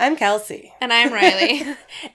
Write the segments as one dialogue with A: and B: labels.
A: I'm Kelsey.
B: And I'm Riley.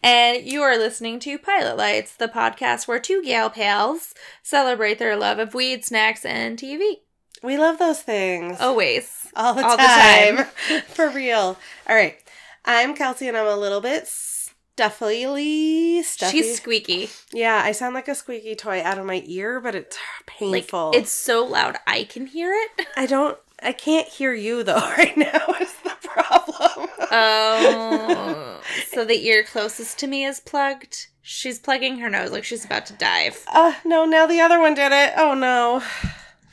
B: and you are listening to Pilot Lights, the podcast where two gal pals celebrate their love of weed, snacks, and TV.
A: We love those things.
B: Always.
A: all the
B: Oh, all the
A: time.
B: time.
A: For real. All right. I'm Kelsey and I'm a little bit stuffily stuffy.
B: She's squeaky.
A: yeah, I sound like a squeaky toy out of my ear, but it's
B: Like,
A: painful.
B: it's so loud I can hear it.
A: I don't I can't hear you though right now is the problem.
B: Oh. so the ear closest to me is plugged. She's plugging her nose like she's about to dive.
A: Uh, no, now the other one did it. Oh no.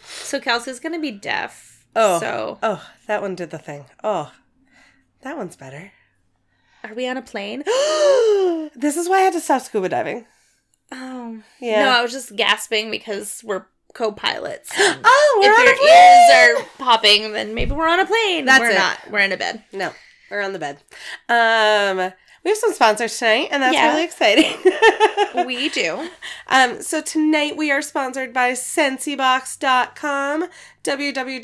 B: So Kelsey's going to be deaf.
A: Oh.
B: So
A: Oh, that one did the thing. Oh. That one's better.
B: are we on a plane?
A: this is why I had to stop scuba diving.
B: Oh.
A: Yeah.
B: No, I was just gasping because we're co-pilots.
A: oh, we're
B: if
A: on
B: your
A: a
B: ears
A: plane!
B: are popping, then maybe we're on a plane.
A: That's
B: we're
A: it.
B: not. We're in a bed.
A: No, we're on the bed. Um, we have some sponsors tonight, and that's
B: Yeah.
A: really exciting.
B: We do.
A: um, so tonight we are sponsored by sensibox.com, E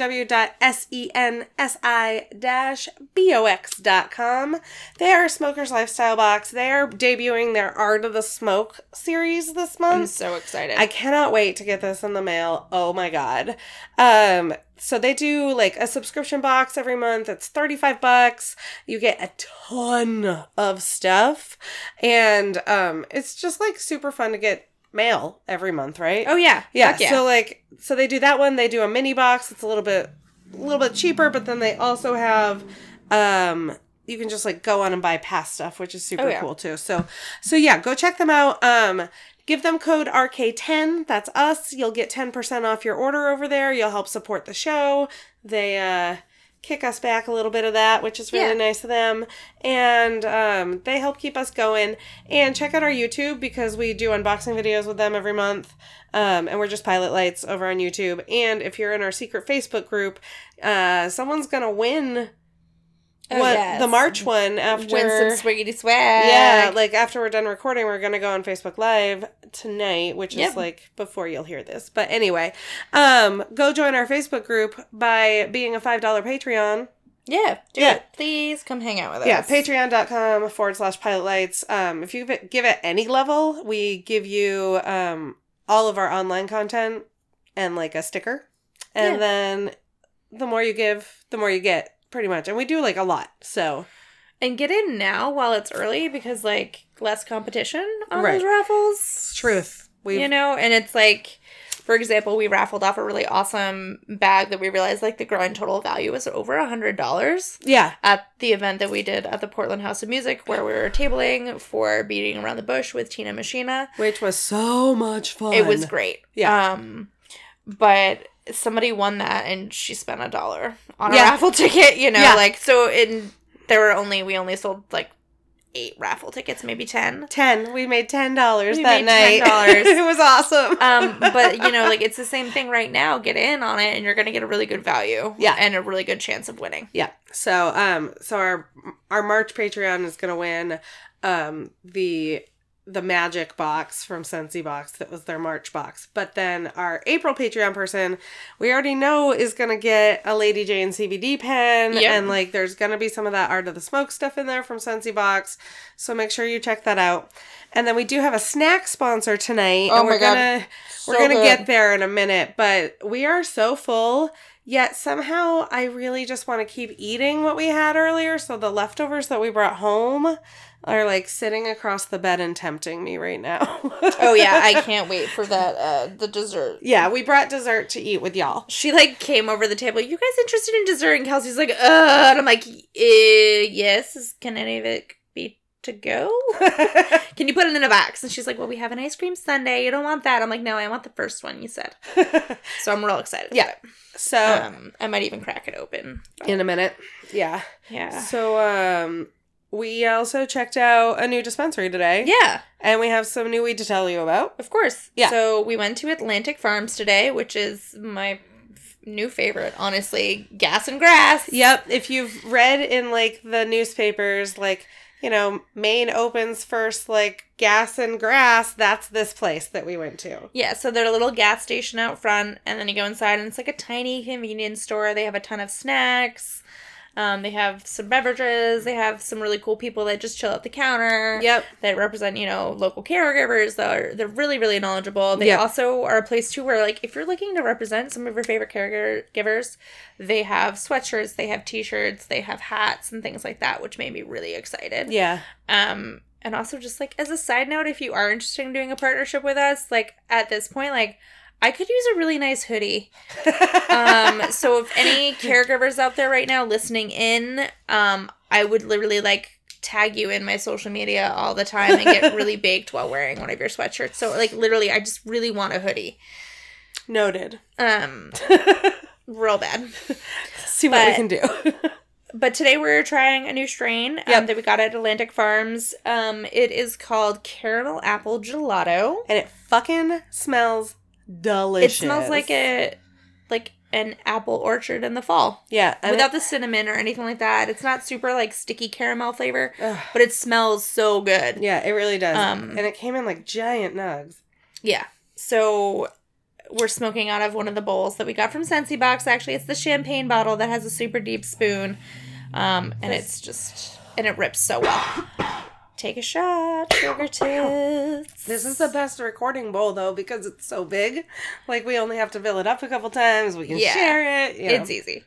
A: www.sensi-box.com. They are a smoker's lifestyle box. They are debuting their Art of the Smoke series this month.
B: I'm so excited.
A: I cannot wait to get this in the mail. Oh my god. Um so they do like a subscription box every month. It's 35 bucks. You get a ton of stuff and um it's just like super fun to get mail every month, right?
B: oh yeah.
A: yeah.
B: Fuck yeah.
A: So like so they do that one. They do a mini box. It's a little bit a little bit cheaper, but then they also have um you can just like go on and buy past stuff, which is super
B: Oh, yeah.
A: cool too. So so yeah, go check them out. Um give them code RK10. That's us. You'll get 10% off your order over there. You'll help support the show. They uh kick us back a little bit of that, which is really
B: Yeah.
A: nice of them. And um, they help keep us going. And check out our YouTube because we do unboxing videos with them every month. Um, and we're just pilot lights over on YouTube. And if you're in our secret Facebook group, uh, someone's gonna win
B: Oh,
A: what
B: yes.
A: the March one after.
B: Win some swiggity swag.
A: yeah, like after we're done recording, we're gonna go on Facebook Live tonight, which
B: Yep.
A: is like before you'll hear this. But anyway, um, go join our Facebook group by being a five dollar Patreon. Uh,
B: yeah. Do
A: Yeah.
B: it. Please come hang out with us.
A: Yeah, patreon.com forward slash pilot lights. Um, if you give it- give at any level, we give you um, all of our online content and like a sticker. And
B: Yeah.
A: then the more you give, the more you get, pretty much. And we do like a lot. So,
B: And get in now while it's early because like less competition on
A: Right.
B: those raffles.
A: truth. We
B: you know, and it's like, for example, we raffled off a really awesome bag that we realized like the growing total value was over a hundred dollars.
A: Yeah.
B: at the event that we did at the Portland House of Music where we were tabling for beating around the bush with Tina Machina.
A: Which was so much fun.
B: It was great.
A: Yeah.
B: Um but somebody won that and she spent a dollar on a
A: Yeah.
B: raffle ticket, you know,
A: Yeah.
B: like so in there were only we only sold like eight raffle tickets, maybe ten.
A: Ten. We made ten dollars
B: We
A: that
B: made
A: night.
B: $10.
A: it was awesome.
B: Um but you know, like it's the same thing right now. Get in on it and you're gonna get a really good value.
A: Yeah.
B: And a really good chance of winning.
A: Yeah. So um so our our March Patreon is gonna win um the the magic box from Sensi Box that was their March box. But then our April Patreon person we already know is gonna get a Lady Jane CBD pen
B: Yep.
A: and like there's gonna be some of that Art of the Smoke stuff in there from Sensi Box. So make sure you check that out. And then we do have a snack sponsor tonight.
B: Oh my
A: and we're
B: God.
A: gonna we're
B: So
A: gonna
B: good.
A: get there in a minute, but we are so full. Yet somehow I really just want to keep eating what we had earlier. So the leftovers that we brought home are like sitting across the bed and tempting me right now.
B: Oh yeah, I can't wait for that uh the dessert.
A: yeah, we brought dessert to eat with y'all.
B: she like came over the table. You guys interested "Eh, in dessert? And Kelsey's like, uh, and I'm like, "Uh, yes. Is, can any of it be to go? Can you put it in a box? And she's like, Well, we have an ice cream sundae. You don't want that. I'm like, No, I want the first one you said. So I'm real excited.
A: Yeah. so
B: about it. Um, I might even crack it open.
A: in a minute, yeah.
B: Yeah.
A: So um, we also checked out a new dispensary today.
B: Yeah,
A: and we have some new weed to tell you about.
B: of course.
A: Yeah.
B: So we went to Atlantic Farms today, which is my f- new favorite, honestly. Gas and grass.
A: Yep, if you've read in like the newspapers, like you know, Maine opens first, like gas and grass. That's this place that we went to.
B: Yeah, so there's a little gas station out front, and then you go inside, and it's like a tiny convenience store. They have a ton of snacks. Um, they have some beverages. They have some really cool people that just chill at the counter.
A: Yep.
B: That represent, you know, local caregivers. That are, they're really, really knowledgeable. They
A: Yeah.
B: also are a place, too, where, like, if you're looking to represent some of your favorite caregivers, they have sweatshirts, they have t shirts, they have hats, and things like that, which made me really excited.
A: Yeah.
B: Um, and also just like as a side note, if you are interested in doing a partnership with us, like at this point, like I could use a really nice hoodie. Um, so if any caregivers out there right now listening in, um, I would literally like tag you in my social media all the time and get really baked while wearing one of your sweatshirts. So like literally, I just really want a hoodie.
A: Noted.
B: Um, real bad.
A: See what we
B: But-
A: can do.
B: but today we're trying a new strain um,
A: Yep.
B: that we got at Atlantic Farms. Um, it is called Caramel Apple Gelato.
A: and it fucking smells
B: It
A: delicious.
B: smells like a like an apple orchard in the fall
A: yeah. and
B: without
A: it-
B: the cinnamon or anything like that. It's not super like sticky caramel flavor,
A: Ugh.
B: but it smells so good.
A: yeah, it really does.
B: Um,
A: and it came in like giant nugs.
B: Yeah. So we're smoking out of one of the bowls that we got from Scentsy Box. Actually, it's the champagne bottle that has a super deep spoon. Um, and it's just and it rips so well. Take a shot, sugar tits.
A: This is the best recording bowl though because it's so big. Like we only have to fill it up a couple times. We can
B: Yeah.
A: share it. you know.
B: It's easy.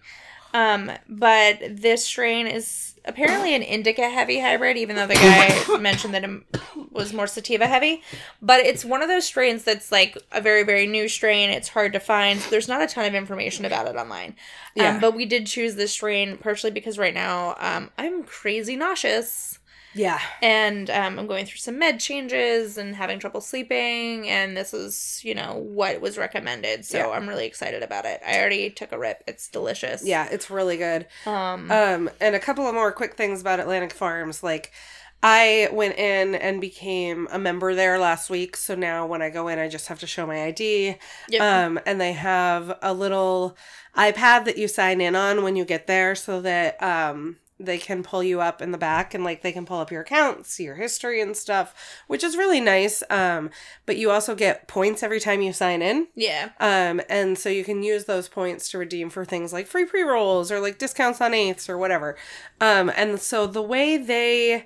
B: Um, but this strain is apparently an indica heavy hybrid, even though the guy mentioned that it was more sativa heavy. But it's one of those strains that's like a very, very new strain. It's hard to find. So there's not a ton of information about it online.
A: Yeah.
B: Um, but we did choose this strain partially because right now um, I'm crazy nauseous
A: yeah.
B: and um, I'm going through some med changes and having trouble sleeping. And this is, you know, what was recommended. So
A: Yeah.
B: I'm really excited about it. I already took a rip. It's delicious.
A: Yeah, it's really good.
B: Um.
A: Um, and a couple of more quick things about Atlantic Farms. Like, I went in and became a member there last week. So now when I go in, I just have to show my ID.
B: yep.
A: Um, and they have a little iPad that you sign in on when you get there so that um, they can pull you up in the back and like they can pull up your accounts, your history, and stuff, which is really nice. Um, but you also get points every time you sign in.
B: yeah.
A: Um, and so you can use those points to redeem for things like free pre rolls or like discounts on eighths or whatever. Um, and so the way they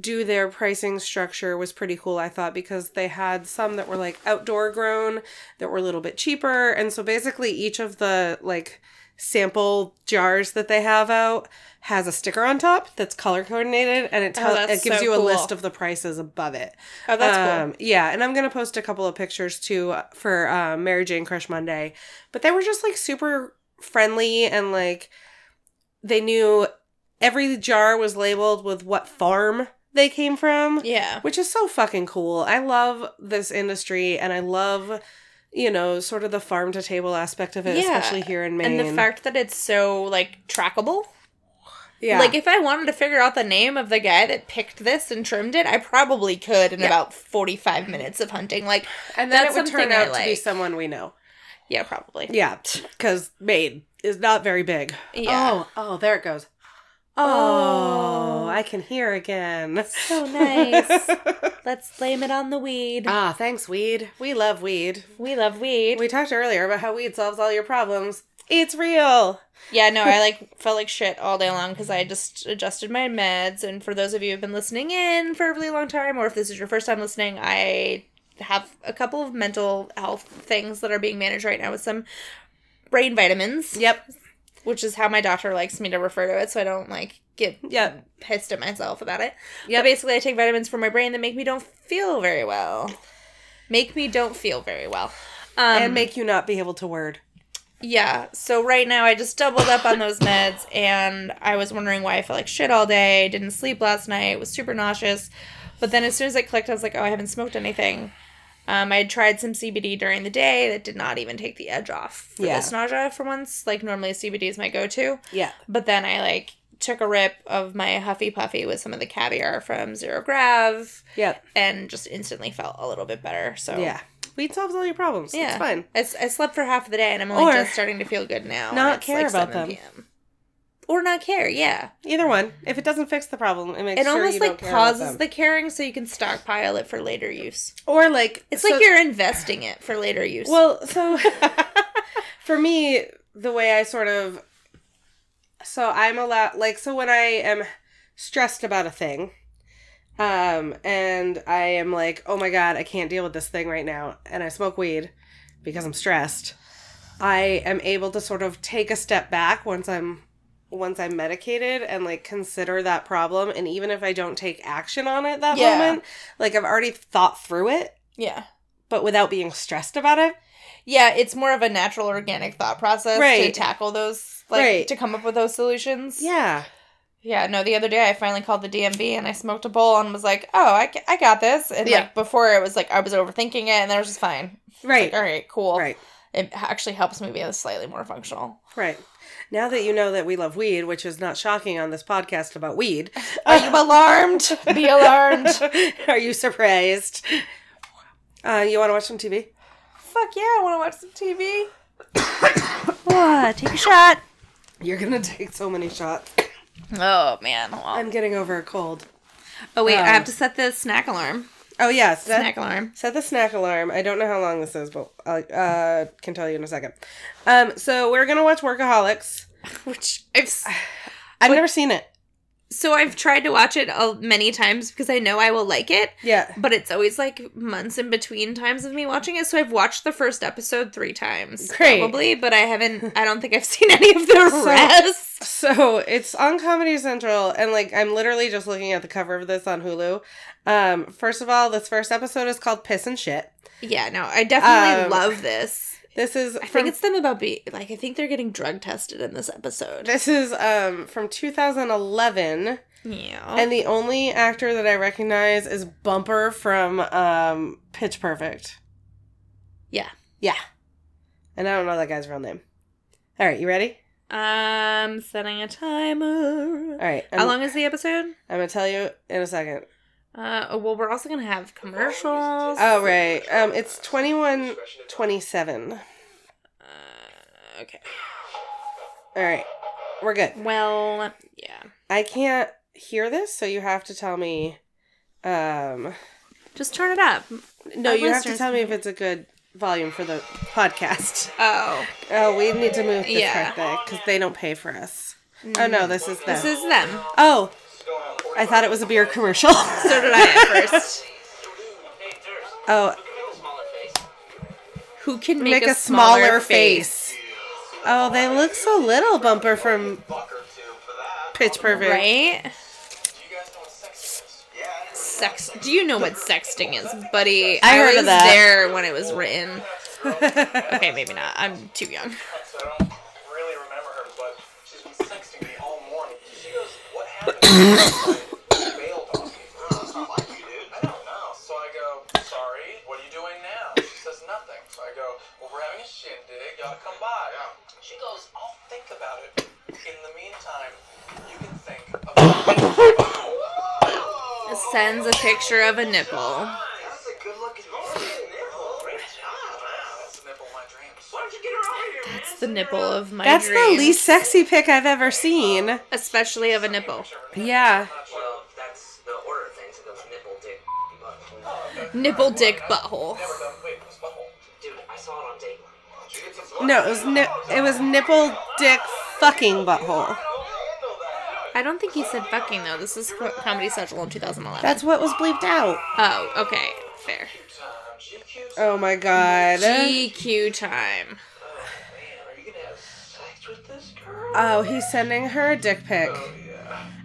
A: do their pricing structure was pretty cool, I thought, because they had some that were like outdoor grown that were a little bit cheaper. And so basically each of the like sample jars that they have out has a sticker on top that's color coordinated and it tells
B: Oh, that's
A: it gives
B: so
A: you a
B: cool.
A: list of the prices above it.
B: Oh, that's cool.
A: Um, yeah, and I'm gonna post a couple of pictures too uh, for uh, Mary Jane Crush Monday, but they were just like super friendly and like they knew every jar was labeled with what farm they came from,
B: Yeah.
A: which is so fucking cool. I love this industry and I love you know sort of the farm to table aspect of it,
B: Yeah,
A: especially here in Maine.
B: And the fact that it's so like trackable.
A: yeah,
B: Like if I wanted to figure out the name of the guy that picked this and trimmed it, I probably could in about 45 minutes of hunting. Like
A: and then it
B: that's
A: would turn
B: something I
A: out to be
B: like.
A: someone we know.
B: yeah, probably.
A: Yeah, because Maine is not very big.
B: Yeah.
A: Oh, oh, there it goes.
B: Oh.
A: Oh, I can hear again.
B: So nice. Let's blame it on the weed.
A: ah, thanks, weed. We love weed.
B: we love weed.
A: We talked earlier about how weed solves all your problems. It's real.
B: Yeah, no, I like felt like shit all day long because I just adjusted my meds. And for those of you who've been listening in for a really long time, or if this is your first time listening, I have a couple of mental health things that are being managed right now with some brain vitamins,
A: Yep.
B: which is how my doctor likes me to refer to it, so I don't like get
A: Yep.
B: pissed at myself about it. Yeah,
A: Yep.
B: basically, I take vitamins for my brain that make me don't feel very well, make me don't feel very well, um,
A: and make you not be able to word.
B: Yeah. So right now I just doubled up on those meds and I was wondering why I felt like shit all day, didn't sleep last night, was super nauseous. But then as soon as I clicked, I was like, oh, I haven't smoked anything. Um, I had tried some CBD during the day that did not even take the edge off for
A: Yeah.
B: this nausea for once. Like normally CBD is my go-to.
A: Yeah.
B: But then I like took a rip of my Huffy Puffy with some of the caviar from Zero Grav
A: Yeah.
B: and just instantly felt a little bit better. So
A: Yeah. Weed solves all your problems. It's
B: Yeah.
A: fine.
B: I, s- I slept for half of the day and I'm only
A: Or
B: just starting to feel good now. and
A: not
B: it's,
A: care about them.
B: p.m.. Or not care, yeah.
A: Either one. If it doesn't fix the problem, it makes
B: It
A: sure
B: almost
A: you
B: like
A: don't care about
B: pauses
A: them.
B: the caring so you can stockpile it for later use.
A: or like
B: It's
A: so-
B: like you're investing it for later use.
A: Well, so for me, the way I sort of so I'm allowed like so when I am stressed about a thing, um, and I am like, oh my god, I can't deal with this thing right now, and I smoke weed because I'm stressed. I am able to sort of take a step back once I'm once I'm medicated and like consider that problem and even if I don't take action on it that
B: Yeah.
A: moment, like I've already thought through it,
B: yeah.
A: but without being stressed about it.
B: Yeah, it's more of a natural organic thought process to
A: Right.
B: tackle those like
A: Right.
B: to come up with those solutions.
A: Yeah.
B: Yeah, no, the other day I finally called the DMV and I smoked a bowl and was like, "Oh, I, ca- I got this." And
A: Yeah.
B: like before it was like I was overthinking it and then I was just fine.
A: Right.
B: Like, all right, cool.
A: Right.
B: It actually helps me be slightly more functional.
A: Right. Now that you know that we love weed, which is not shocking on this podcast about weed,
B: Are you alarmed? Be alarmed.
A: are you surprised? Uh, you want to watch some TV?
B: Fuck yeah, I want to watch some TV. Ah, take a shot.
A: You're gonna take so many shots.
B: Oh man. Well-
A: I'm getting over a cold.
B: oh wait,
A: um,
B: I have to set the snack alarm.
A: Oh yeah, set,
B: Snack alarm.
A: set the snack alarm. I don't know how long this is, but I uh, can tell you in a second. Um, so we're gonna watch Workaholics.
B: Which I've s-
A: I've never seen it.
B: so I've tried to watch it uh, many times because I know I will like it.
A: Yeah.
B: but it's always like months in between times of me watching it. So I've watched the first episode three times,
A: Great.
B: probably, but I haven't. I don't think I've seen any of the
A: So-
B: rest.
A: So it's on Comedy Central, and like I'm literally just looking at the cover of this on Hulu. Um, first of all, this first episode is called "Piss and Shit."
B: Yeah, no, I definitely
A: Um,
B: love this.
A: This is
B: I
A: from,
B: think it's them about be like I think they're getting drug tested in this episode.
A: this is um from 2011,
B: Yeah,
A: and the only actor that I recognize is Bumper from um Pitch Perfect.
B: Yeah.
A: yeah, and I don't know that guy's real name. All right, you ready?
B: I'm setting a timer.
A: All right, I'm,
B: How long is the episode?
A: I'm gonna tell you in a second.
B: Uh, oh, well, we're also gonna have commercials.
A: Oh right, um, it's 21, 27.
B: Uh, okay.
A: All right, we're good.
B: Well, yeah.
A: I can't hear this, so you have to tell me. Um,
B: Just turn it up.
A: no,
B: Our
A: you have to
B: listeners
A: tell me
B: can
A: if it's a good volume for the podcast.
B: Oh.
A: Oh, we need to move this
B: Yeah.
A: track back because they don't pay for us. Oh no, this is this.
B: This is them.
A: oh, I thought it was a beer commercial.
B: So did I at first.
A: oh,
B: Who can
A: make, a, smaller, face. Oh, they look so little, Bumper from Pitch Perfect.
B: Right? Sex. Do you know what sexting is, buddy?
A: I heard of
B: was
A: that.
B: there when it was written. okay, maybe not. I'm too young.
C: So I don't really remember her, but she's been sexting me all morning. She goes, What happened? She bailed on me. "No, it's not like you, dude. I don't know. So I go, Sorry, what are you doing now? She says, Nothing. So I go, Well, we're having a shindig. Gotta come by. She goes, I'll think about it. In the meantime, you can think Oh. about it.
B: It sends a picture of a nipple.
C: That's a good looking nipple. Great job. That's the nipple of my dreams. Why don't you get her out here, man?
B: It's the nipple of my
A: That's the
B: dreams.
A: least sexy pick I've ever seen.
B: Especially of a nipple.
A: Yeah.
D: Well, that's the order of things. It goes nipple, dick, butt.
B: Nipple, dick, butthole.
C: Oh, Wait, what's butthole?
D: Dude, I saw it on date.
A: No, it was ni- it was nipple dick fucking butthole.
B: I don't think he said fucking though. This is Co- Comedy Central in 2011.
A: That's what was bleeped out.
B: oh, okay, fair.
A: Oh my god.
B: GQ time.
C: Are you gonna have sex with this girl?
A: Oh, he's sending her a dick pic.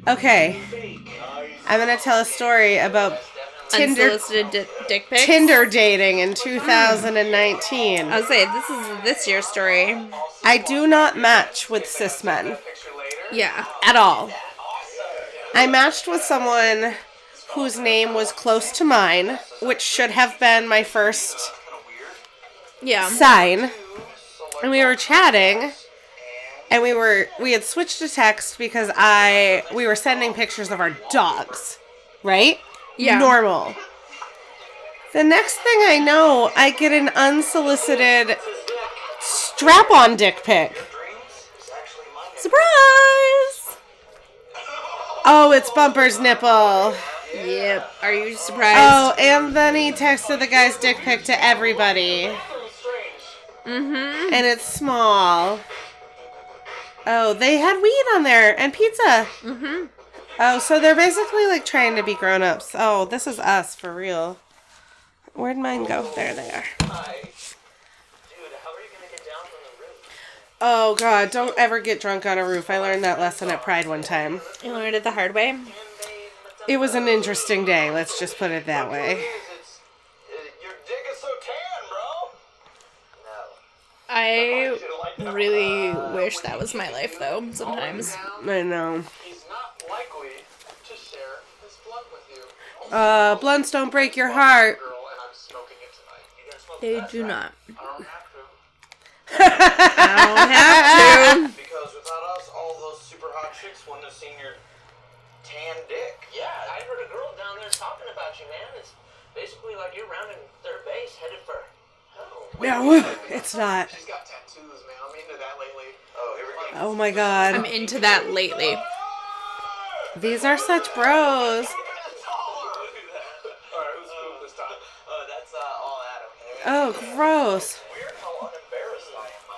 A: Okay. I'm gonna tell a story about Tinder
B: unsolicited di- dick pics. Mm.
A: Tinder dating in 2019.
B: I was say this is this year's story.
A: I do not match with cis men
C: Picture later.
B: Yeah.
A: at all. I matched with someone whose name was close to mine, which should have been my first
B: Yeah.
A: sign. And we were chatting and we were we had switched to text because I we were sending pictures of our dogs, right?
B: Yeah.
A: Normal. The next thing I know, I get an unsolicited strap-on dick pic.
B: Surprise!
A: Oh, it's Bumper's nipple.
B: Yep. Are you surprised?
A: Oh, and then he texted the guy's dick pic to everybody. And it's small. Oh, they had weed on there and pizza. Mm-hmm. Oh, so they're basically like trying to be grown ups. Oh, this is us for real. Where'd mine go? There they are.
D: Dude, how are you gonna get down from the roof?
A: Oh, God. Don't ever get drunk on a roof. I learned that lesson at Pride one time.
B: You learned it the hard way.
A: It was an interesting day. Let's just put it that way.
C: It's, it, your dick is so tan, bro.
B: I really wish that was my life though. Sometimes.
A: I know.
C: He's not likely to share his blood with you. Oh,
A: Uh, blunts don't break your heart.
C: girl, and I'm smoking it tonight. You gonna smoke
B: They
C: that?
B: do not.
C: I don't have to.
B: I don't have to.
C: Because without us, all those super hot chicks wouldn't have seen your tan dick.
D: Yeah, I heard a girl down there talking about you, man. It's basically like you're rounding third base, headed for hell.
A: No, it's not.
C: She's got tattoos, man. I'm into that lately. Oh, here we go.
A: Oh my god.
B: I'm into that lately.
A: These are such bros.
C: Alright, who's moved this time?
D: Oh, that's uh, all Adam.
A: Oh, gross.
C: Weird how unembarrassed I am by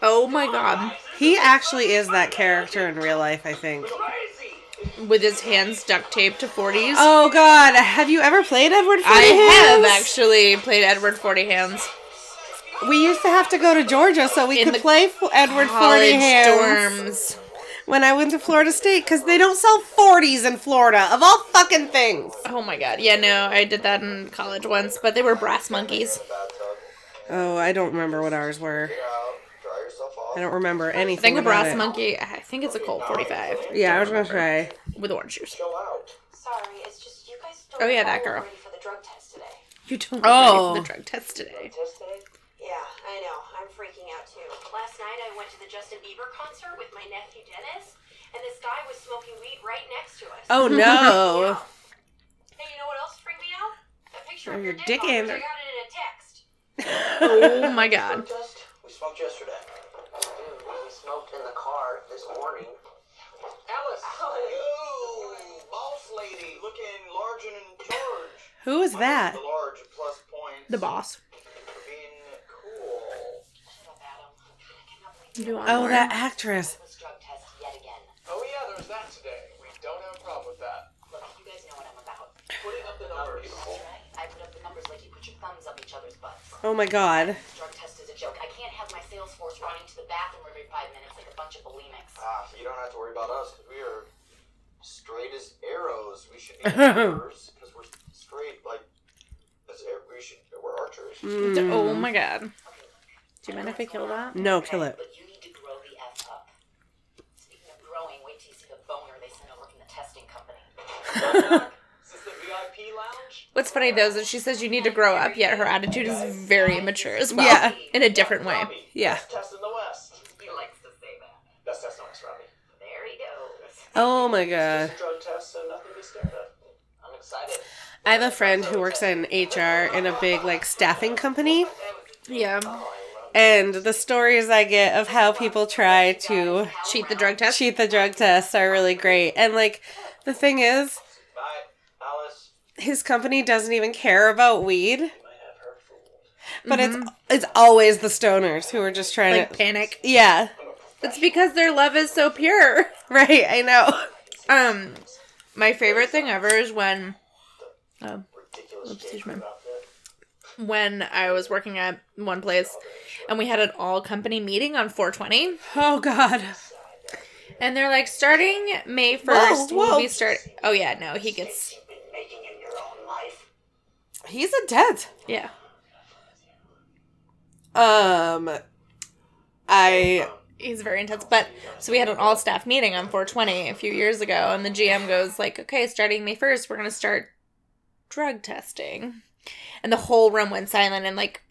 C: that.
B: Oh my god.
A: He actually is that character in real life, I think.
B: With his hands duct taped to 40s.
A: Oh god, have you ever played Edward Forty
B: I have
A: Hands?
B: actually played Edward Forty Hands.
A: We used to have to go to Georgia so we
B: In
A: could
B: the
A: play f- Edward Forty
B: College
A: Hands
B: dorms.
A: when I went to Florida State because they don't sell 40s in Florida of all fucking things.
B: Oh my god. Yeah, no, I did that in college once, but they were brass monkeys.
C: Bathtub.
A: Oh, I don't remember what ours were.
C: Get out. Dry yourself off.
A: I don't remember anything.
B: I think a
A: about
B: brass
A: it.
B: monkey. I think it's a Colt 45
A: Yeah, I was gonna say.
B: with orange juice.
C: Chill out.
E: Sorry, it's just you guys don't
B: Oh, yeah, that girl.
E: ready for the drug test today.
B: You don't
A: Oh.
B: oh. the drug test today.
E: Yeah, I know. I'm freaking out too. Last night I went to the Justin Bieber concert with my nephew Dennis, and this guy was smoking weed right next to us.
A: Oh no.
E: Hey, you know what else freaked me out? A picture
A: Oh,
E: of your
A: your
E: dick,
A: dick
E: off, 'cause
A: in.
E: I got it in a text.
B: Oh my god.
D: Just we smoked yesterday. Dude, we smoked in the car this morning.
C: Alice. Yo, boss lady, looking large and in charge.
A: Who is that?
C: The large plus points.
B: The boss.
C: for Being cool.
E: Shut up, Adam. I'm kinda getting up late.
B: You want
A: Oh,
B: more?
A: that actress.
E: This drug test yet again.
C: Oh yeah, there's that today. We don't have a problem with that.
E: Look, you guys know what I'm about,
C: Putting up the numbers.
E: right? I put up the numbers like you put your thumbs up each other's butts.
A: Oh my god.
E: Drug test is a joke. I can't have my sales force running to the bathroom every five minutes like a bunch of bulimics.
C: Ah, you don't have to worry about us because we are straight as arrows. We should be archers because we're straight like as ar- we should. We're archers.
B: Oh my god. Do you mind if I kill that?
A: No, kill it.
E: But you need to grow the F up. Speaking of growing, wait till you see the boner they sent over from the testing company.
C: Is this the VIP lounge?
B: What's funny though is that she says you need to grow up, yet her attitude is very immature as well.
A: Yeah.
B: In a different way.
C: Robbie,
A: Yeah.
C: That's Tess in the West.
E: He likes to say that.
C: That's Tess in the West, Robbie.
E: There he goes.
A: Oh my god.
C: It's a drug test, so nothing to be scared of. I'm excited.
A: I have a friend who works in HR in a big like staffing company
B: Yeah.
A: and the stories I get of how people try to
B: Cheat the drug test.
A: cheat the drug test are really great. And like the thing is,
C: Bye, Alice.
A: his company doesn't even care about weed,
C: I have her fooled.
A: but it's it's always the stoners who are just trying
B: like
A: to
B: panic.
A: Yeah.
B: It's because their love is so pure.
A: Right, I know.
B: Um, my favorite thing ever is when, um, oops, excuse me. when I was working at one place, and we had an all company meeting on 420,
A: Oh god.
B: and they're like, starting May 1st,
A: whoa.
B: we'll be start. Oh yeah, no, he gets.
D: Making it your own life.
A: He's intense.
B: Yeah.
A: Um, I
B: He's very intense. But so we had an all staff meeting on 420 a few years ago, and the GM goes like, "Okay, starting May 1st, we're gonna start drug testing," and the whole room went silent. And like,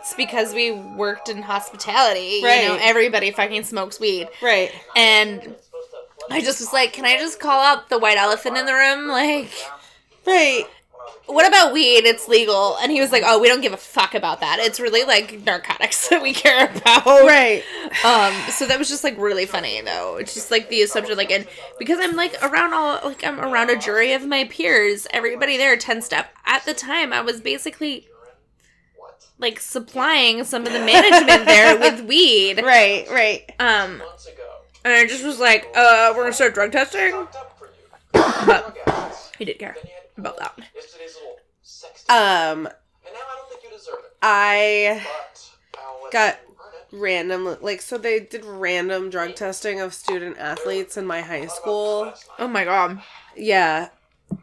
B: it's because we worked in hospitality. You know,
A: Right.
B: everybody fucking smokes weed,
A: right.
B: and I just was like, "Can I just call out the white elephant in the room?" Like.
A: Right.
B: What about weed? It's legal. And he was like, "Oh, we don't give a fuck about that. It's really like narcotics that we care about."
A: Right.
B: Um, so that was just like really funny though. It's just like the subject like and because I'm like around all like I'm around a jury of my peers, everybody there ten step. At the time I was basically like supplying some of the management there with weed.
A: Right. Right.
B: Um
D: Months ago.
B: and I just was like, uh, we're gonna start drug testing.
D: Fucked up for you. Lookouts.
B: He didn't care
D: Then you had
B: about that.
D: yesterday's little sex.
A: Um,
D: and now I don't think you deserve it.
A: I
D: But I'll let
A: Got-
D: you earn it.
A: random like so they did random drug testing of student athletes in my high school.
B: Oh my god.
A: Yeah.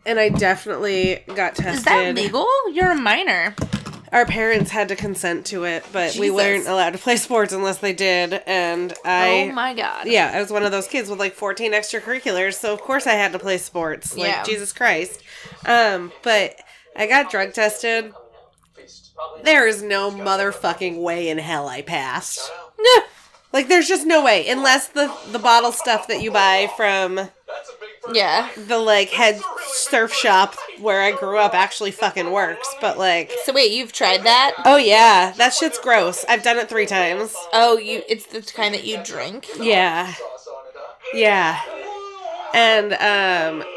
A: And I definitely got tested.
B: Is that legal? You're a minor.
A: Our parents had to consent to it, but we
B: Jesus.
A: weren't allowed to play sports unless they did. And I
B: oh my god.
A: Yeah, I was one of those kids with like 14 extracurriculars, so of course I had to play sports. Like
B: Yeah.
A: Jesus Christ. Um, but I got drug tested.
D: Feast. Probably
A: There is no motherfucking way in hell I passed.
D: now.
A: Like there's just no way unless the the bottle stuff that you buy from
D: That's a big first
B: Yeah.
D: bite.
A: the like head surf shop where I grew up actually fucking works, but like
B: So wait, you've tried that?
A: oh yeah, that shit's gross. I've done it 3 times.
B: Oh, you it's the kind that you drink?
A: Yeah.
D: Sauce on it, huh?
A: Yeah. And um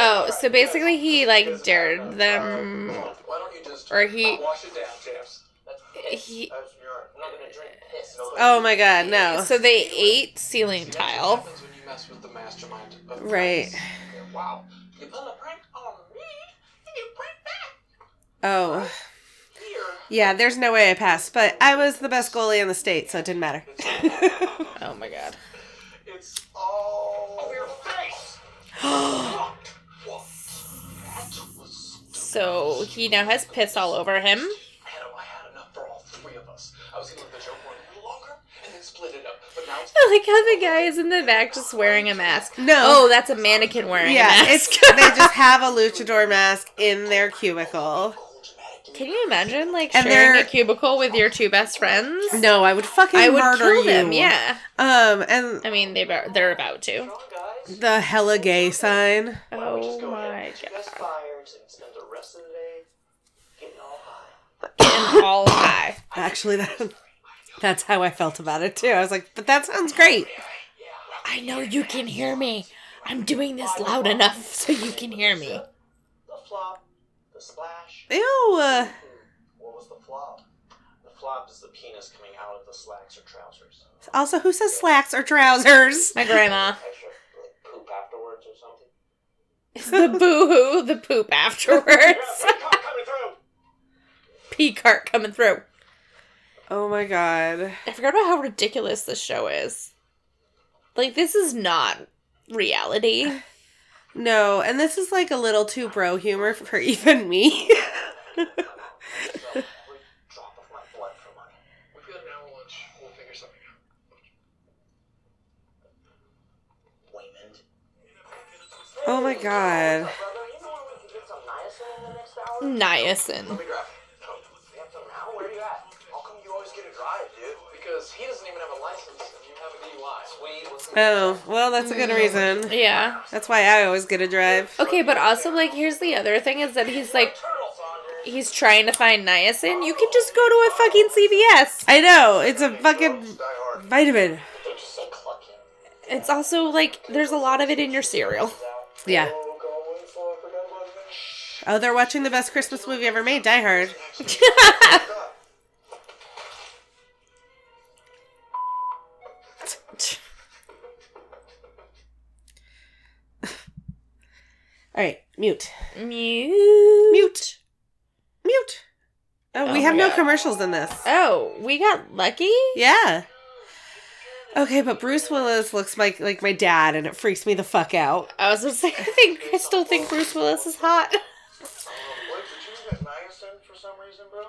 B: Oh, so basically he like dared them,
D: Why don't you just
B: or he
D: wash it down, James? That's piss.
B: he.
D: That's your. I'm not gonna drink piss.
A: oh my god, no.
B: So they ate ceiling tile.
D: happens when you mess with the mastermind. of
A: Right.
D: pranks. Yeah, Wow. You pull a prank on me, and you prank back
A: Oh.
D: here.
A: Yeah, there's no way I passed, but I was the best goalie in the state, so it didn't matter.
B: Oh my god.
D: It's all over your face. what? What? That was.
B: So he now has piss all over him.
D: Adam, I had enough for all three of us. I was gonna let the joke run a little longer and then split it up, but now it's.
B: I like how the guy is in the back just wearing a mask.
A: No.
B: Oh, that's a mannequin wearing a
A: Yeah,
B: mask.
A: it's they just have a luchador mask in their cubicle.
B: Can you imagine like
A: And
B: sharing
A: they're-
B: a cubicle with your two best friends?
A: No, I would fucking
B: I would
A: murder
B: kill them.
A: you.
B: Yeah.
A: Um, and
B: I mean, they about- they're about to.
A: the hella gay sign.
B: Oh my god.
D: fires and spend the rest of the day getting all high.
B: And all high.
A: Actually, that, that's how I felt about it too. I was like, but that sounds great.
B: I know you can hear me. I'm doing this loud enough so you can hear me.
D: The flop, the splash.
A: Ew. uh,
D: What was the flop? The flop is the penis coming out of the slacks or trousers.
A: Also, who says slacks or trousers?
B: My grandma.
D: Extra like poop afterwards or something.
B: It's the boohoo, the poop afterwards.
D: coming through.
B: Pea cart coming through.
A: Oh my god.
B: I forgot about how ridiculous this show is. Like, this is not reality.
A: No, and this is like a little too bro humor for even me.
D: Every drop of my blood for money.
C: We've got an hour lunch. We'll figure something out.
D: Waymond.
A: oh my god.
D: Brother, you know what we can get some niacin in the next hour?
B: Niacin.
D: Let me grab it. Yeah, so now, where are you at? How come you always get a drive, dude?
C: Because he doesn't even have a license and you have a DUI.
D: Sweet, what's the
A: Oh, well, that's a good reason.
B: Yeah.
A: That's why I always get a drive.
B: Okay, but also, like, here's the other thing is that he's like,
D: turtles on your
B: he's trying to find niacin. You can just go to a fucking CVS.
A: I know, it's a fucking
D: die hard?
A: vitamin.
D: Did you say clucking?
B: It's also like, there's a lot of it in your cereal.
A: Yeah.
D: Oh, going for I forgot about that.
A: Oh, they're watching the best Christmas movie ever made, Die Hard. All right, mute.
B: Mute.
A: Mute. Mute. Oh, we
B: Oh
A: have
B: my
A: no
B: God.
A: commercials in this.
B: Oh, we got lucky?
A: Yeah. Okay, but Bruce Willis looks like like my dad and it freaks me the fuck out.
B: I was gonna say, I think I still think Bruce Willis is hot.
C: some reason, bro?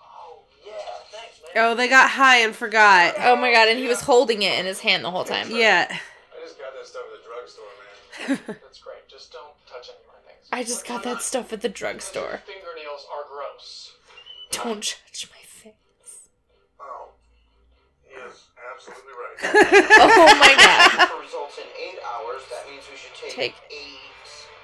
D: Oh, yeah, thanks, man.
A: Oh, they got high and forgot.
B: Oh my god, and he was holding it in his hand the whole time.
A: Yeah.
C: I just got that stuff at the drugstore, man. That's great. Just don't touch any of my things.
B: I just got that stuff at the drugstore.
C: Fingernails are gross.
B: Don't judge my face.
C: Oh. Yes, absolutely right.
B: Oh my god.
D: For results in eight hours, that means we should take,
B: Take-
D: eight.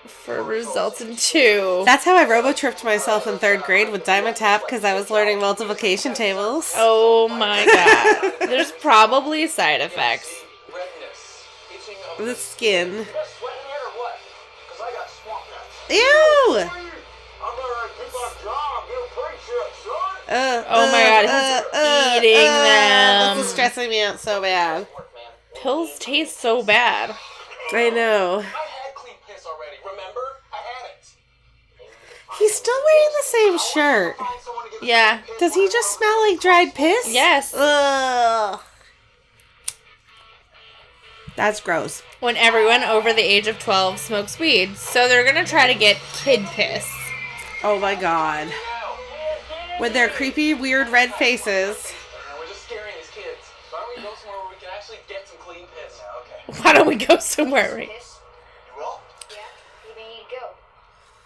B: For results in two.
A: That's how I robo tripped myself in third grade with Diamond Tap because I was learning multiplication tables.
B: Oh my god. There's probably side effects.
D: Redness. Itching of
A: The skin.
D: You guys sweating yet or what? Because I got swamp nuts.
A: Ew!
D: I'm gonna keep on job. Get a paycheck, son.
A: Uh,
B: Oh my God, he's eating them.
A: This is stressing me out so bad.
D: Work, man.
B: Pills taste so bad.
A: I know.
D: I had clean piss already, remember? I had it.
A: He's still wearing the same shirt.
D: Find someone to get
B: Yeah.
A: Does he just smell like dried piss?
B: Yes.
A: Ugh. That's gross.
B: When everyone over the age of 12 smokes weed, so they're gonna try to get kid piss.
A: Oh my god. With their creepy, weird red faces.
D: Man, we're just scaring these kids. Why don't we go somewhere where we can actually get some clean piss? okay.
B: Why don't we go somewhere right?
F: Piss?
C: You all?
F: Yeah, even you go.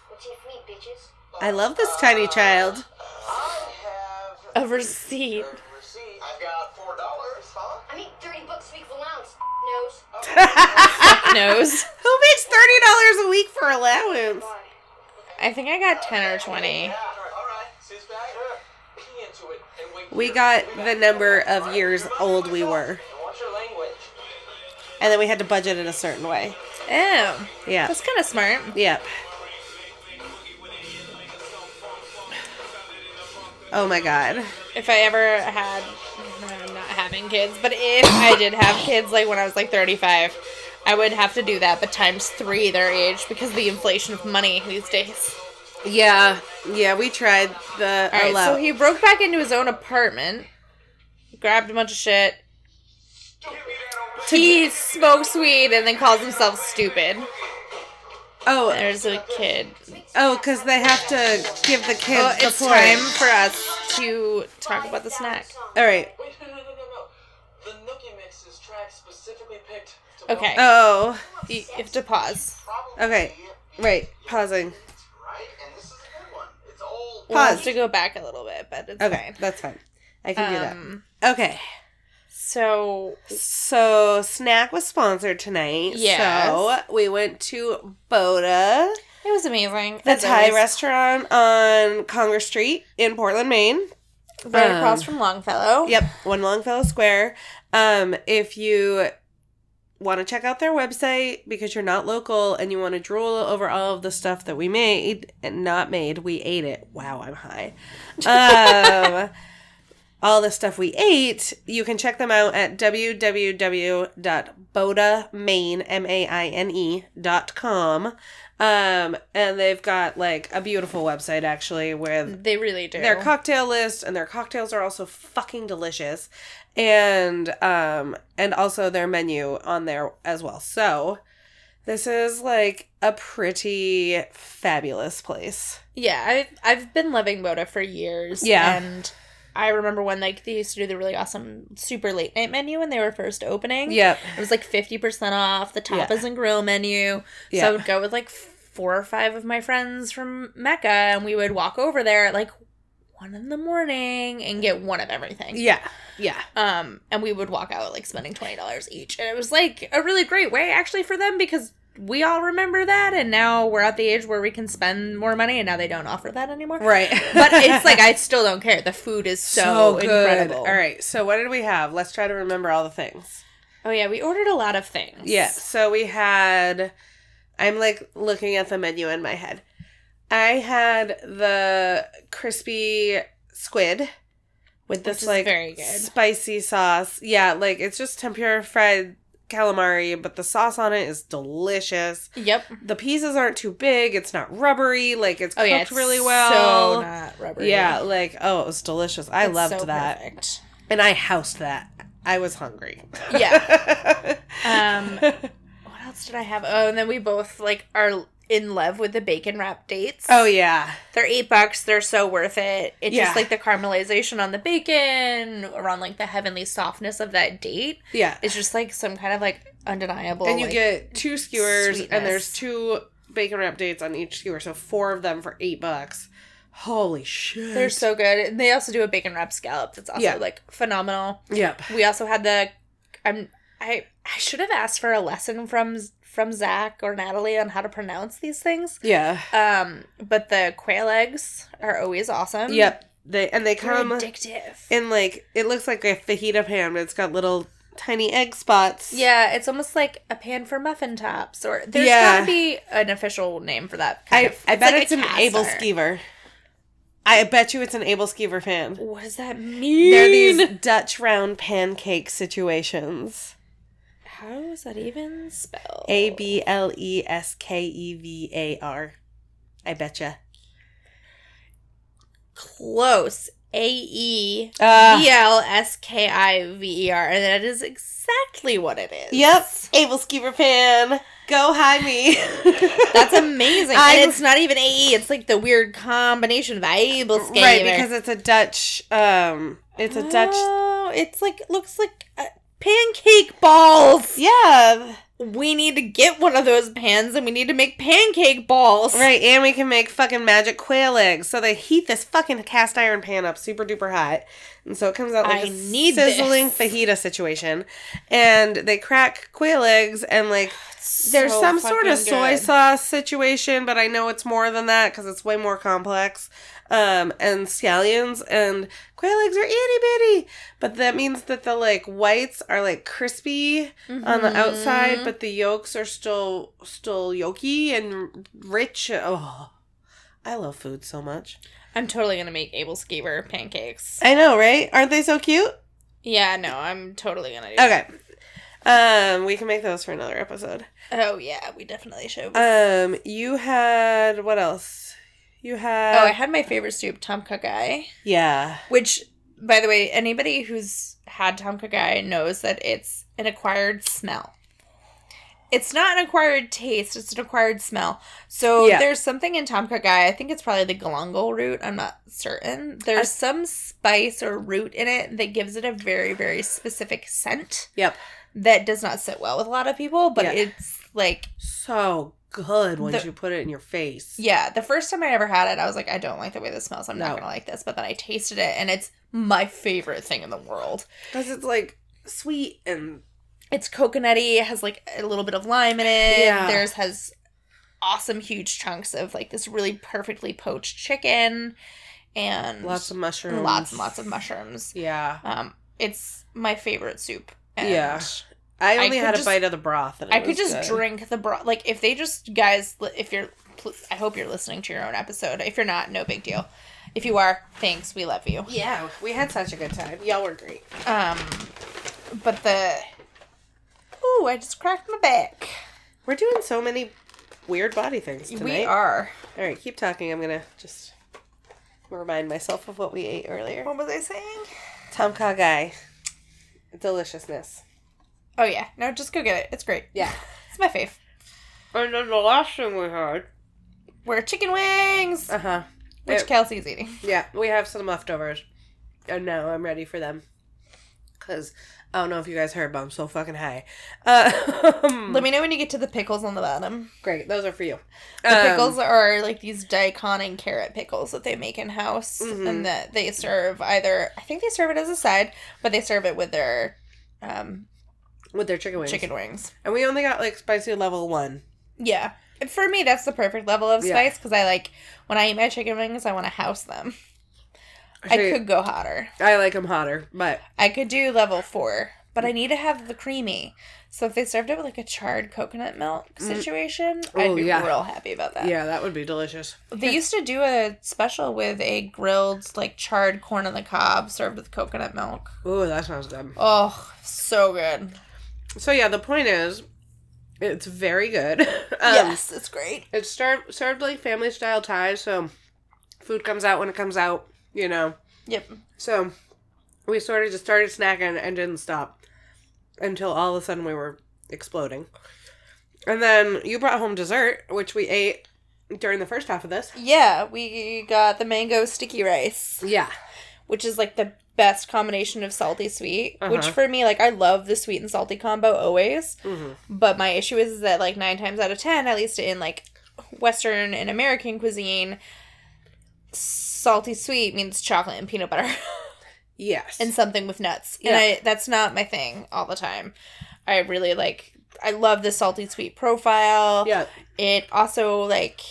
F: What's it for me, bitches?
A: I love this tiny child.
D: I have
B: A receipt.
D: a receipt. I've got four dollars, huh?
F: I mean, 30 bucks a week for allowance, nose.
B: Nose.
A: Who makes $30 a week for allowance?
F: Why?
B: I think I got 10 or 20.
D: Yeah, alright. Sis back. Pee into it and wait.
A: We
D: here.
A: got
D: Be
A: the
D: back.
A: number of years old we were.
D: And watch your language.
A: And then we had to budget in a certain way.
B: Oh.
A: Yeah.
B: That's kind of smart.
A: Yep. Oh my god.
B: If I ever had, I'm not having kids, but if I did have kids, like when I was like 35, I would have to do that, but times three their age because of the inflation of money these days.
A: Yeah. Yeah, we tried the
B: All right,
A: allow-
B: so he broke back into his own apartment, grabbed a bunch of shit. He smokes weed and then calls himself stupid.
A: Oh,
B: There's a kid.
A: oh, because they have to give the kids
B: Well,
A: the
B: Oh, it's
A: porn.
B: time for us to talk about the snack.
A: All right.
D: Wait, no, no, no, no, no. The Nookie Mix is track specifically picked to
B: Okay,
A: Oh,
B: you you have to pause.
D: probably
A: okay. Wait, pausing.
D: right, and this is a good one. It's old.
B: We'll have
A: Pause.
B: to go back a little bit, but it's
A: Okay,
B: fine.
A: that's fine. I can do
B: Um,
A: that. Okay.
B: So
A: So, Snack was sponsored tonight.
B: Yes.
A: So, we went to Boda,
B: it was amazing.
A: the
B: as
A: Thai
B: always,
A: restaurant on Congress Street in Portland, Maine.
B: right
A: um,
B: across from Longfellow.
A: Yep, One Longfellow Square. Um, if you want to check out their website because you're not local and you want to drool over all of the stuff that we made and not made, we ate it. Wow, I'm high. Um, all the stuff we ate, you can check them out at www.bodamaine, M-A-I-N-E, E, dot com. Um, and they've got like a beautiful website actually where
B: they really do.
A: their cocktail list and their cocktails are also fucking delicious and um and also their menu on there as well so this is like a pretty fabulous place
B: yeah, I've I've been loving Boda for years.
A: Yeah.
B: and I remember when like they used to do the really awesome super late night menu when they were first opening.
A: yep
B: it was like fifty percent off the
A: Yeah.
B: tapas and grill menu. So
A: Yeah.
B: I would go with like four or five of my friends from Mecca, and we would walk over there at like one in the morning and get one of everything.
A: yeah yeah
B: Um, and we would walk out like spending twenty dollars each, and it was like a really great way actually for them because we all remember that, and now we're at the age where we can spend more money, and now they don't offer that anymore.
A: right
B: But it's like I still don't care. The food is so, incredible.
A: all right so what did we have let's try to remember all the things
B: Oh yeah, we ordered a lot of things.
A: yeah so we had i'm like looking at the menu in my head i had the crispy squid with
B: Which
A: this
B: is
A: like
B: very good.
A: spicy sauce. Yeah, like it's just tempura fried calamari, but the sauce on it is delicious.
B: Yep.
A: The pieces aren't too big. It's not rubbery. Like it's
B: Oh
A: cooked
B: yeah, it's
A: really
B: So
A: well.
B: not rubbery.
A: yeah, like oh, it was delicious. I
B: It's
A: loved
B: so
A: that,
B: perfect.
A: and I housed that. I was hungry.
B: Yeah. Um, what else did I have? Oh, and then we both like our in love with the bacon wrap dates.
A: Oh yeah.
B: They're eight bucks. They're so worth it. It's
A: Yeah.
B: just like the caramelization on the bacon, around like the heavenly softness of that date.
A: Yeah.
B: It's just like some kind of like undeniable.
A: and you
B: like-
A: get two skewers
B: sweetness.
A: and there's two bacon wrap dates on each skewer, so four of them for eight bucks. Holy shit.
B: They're so good. And they also do a bacon wrap scallop that's also
A: Yeah.
B: like phenomenal.
A: Yep.
B: We also had the I'm I I should have asked for a lesson from from Zach or Natalie on how to pronounce these things.
A: Yeah.
B: Um, but the quail eggs are always awesome.
A: Yep. Um, They and they
B: They're
A: come
B: addictive.
A: in like it looks like a fajita pan, but it's got little tiny egg spots.
B: yeah, it's almost like a pan for muffin tops, or there's
A: Yeah.
B: gotta be an official name for that. kind
A: I,
B: of-
A: I bet
B: like
A: it's
B: a
A: an
B: cast
A: Abel
B: iron.
A: Skeever. I bet you it's an Abel Skeever pan.
B: What does that mean?
A: They're these Dutch round pancake situations.
B: How is that even spelled?
A: A B L E S K E V A R. I betcha.
B: close. A E
A: Uh,
B: B L S K I V E R, and that is exactly what it is.
A: Yep. Abel Skeever pan. Go high me.
B: That's amazing.
A: I'm-
B: and it's not even AE, it's like the weird combination of Abel Scaver.
A: right, because it's a Dutch um it's a Dutch
B: Oh, it's like, looks like uh, pancake balls.
A: Yeah.
B: We need to get one of those pans and we need to make pancake balls.
A: Right, and we can make fucking magic quail eggs. So they heat this fucking cast iron pan up super duper hot. And so it comes out like
B: I
A: a
B: need
A: sizzling
B: this.
A: fajita situation. And they crack quail eggs and like there's
B: so
A: some sort of
B: fucking
A: soy
B: good.
A: sauce situation, but I know it's more than that because it's way more complex. Um, and scallions and quail eggs are itty bitty, but that means that the like whites are like crispy on the outside, but the yolks are still still yolky and rich. Oh, I love food so much.
B: I'm totally gonna make Abel Skeever pancakes.
A: I know, right? Aren't they so cute?
B: Yeah, no, I'm totally gonna do that.
A: Okay, um, we can make those for another episode.
B: Oh, yeah, we definitely should. Oh,
A: Um, you had what else? You had
B: oh, I had my favorite soup, Tom Cook Eye.
A: yeah.
B: Which, by the way, anybody who's had Tom Cook Eye knows that it's an acquired smell. It's not an acquired taste, it's an acquired smell. So
A: Yeah.
B: there's something in Tom Cook Eye, I think it's probably the galangal root, I'm not certain. There's some spice or root in it that gives it a very, very specific scent
A: Yep.
B: that does not sit well with a lot of people, but
A: Yeah.
B: it's like
A: So good once
B: The-
A: you put it in your face.
B: yeah, the first time I ever had it, I was like, I don't like the way this smells. I'm
A: No.
B: not gonna like this. But then I tasted it, and it's my favorite thing in the world.
A: Because it's like sweet and
B: It's coconutty. It has like a little bit of lime in it.
A: Yeah.
B: Theirs has awesome huge chunks of like this really perfectly poached chicken, and
A: lots of mushrooms.
B: Mm. lots and lots of mushrooms.
A: Yeah.
B: Um, it's my favorite soup. And
A: Yeah. I
B: I
A: only
B: could
A: had a
B: just-
A: bite of the broth. And it
B: I could
A: was
B: just
A: good.
B: drink the broth. Like if they just guys, li- if you're, pl- I hope you're listening to your own episode. If you're not, no big deal. If you are, thanks. We love you.
A: Yeah, we had such a good time. Y'all were great.
B: Um, but the ooh, I just cracked my back.
A: We're doing so many weird body things tonight.
B: We are.
A: All right, keep talking. I'm gonna just remind myself of what we ate earlier.
B: What was I saying?
A: Tom Kha Gai. Deliciousness.
B: Oh yeah, no, just go get it. It's great.
A: Yeah.
B: it's my fave.
A: And then the last thing we had.
B: We're chicken wings,
A: Uh huh.
B: which
A: it- Mm.
B: Kelsey's eating.
A: Yeah, we have some leftovers. And now I'm ready for them. Because I don't know if you guys heard, but I'm so fucking high. Uh,
B: Let me know when you get to the pickles on the bottom.
A: Great, those are for you.
B: The
A: Um,
B: pickles are like these daikon and carrot pickles that they make in house,
A: Mhm.
B: and that they serve either. I think they serve it as a side, but they serve it with their um,
A: with their chicken wings.
B: chicken wings.
A: And we only got like spicy level one.
B: Yeah, for me, that's the perfect level of
A: Yeah.
B: spice because I like when I eat my chicken wings, I want to house them. I
A: Actually,
B: could go hotter.
A: I like them hotter, but
B: I could do level four, but I need to have the creamy. So if they served it with like a charred coconut milk situation,
A: Oh,
B: I'd be
A: yeah.
B: real happy about that.
A: yeah, that would be delicious.
B: They used to do a special with a grilled, like charred corn on the cob served with coconut milk.
A: Ooh, that sounds good.
B: Oh, so good.
A: So yeah, the point is, it's very good. um,
B: yes, it's great.
A: It's served served like family style ties, so food comes out when it comes out. You know.
B: Yep.
A: So we sort of just started snacking and didn't stop until all of a sudden we were exploding. And then you brought home dessert, which we ate during the first half of this.
B: Yeah, we got the mango sticky rice,
A: Yeah.
B: which is like the best combination of salty sweet. Which
A: Uh-huh.
B: for me, like I love the sweet and salty combo always.
A: Mm-hmm.
B: But my issue is that like nine times out of ten, at least in like Western and American cuisine, salty sweet means chocolate and peanut butter
A: Yes.
B: and something with nuts.
A: Yeah.
B: And I that's not my thing all the time. I really like I love the salty sweet profile.
A: yeah.
B: It also like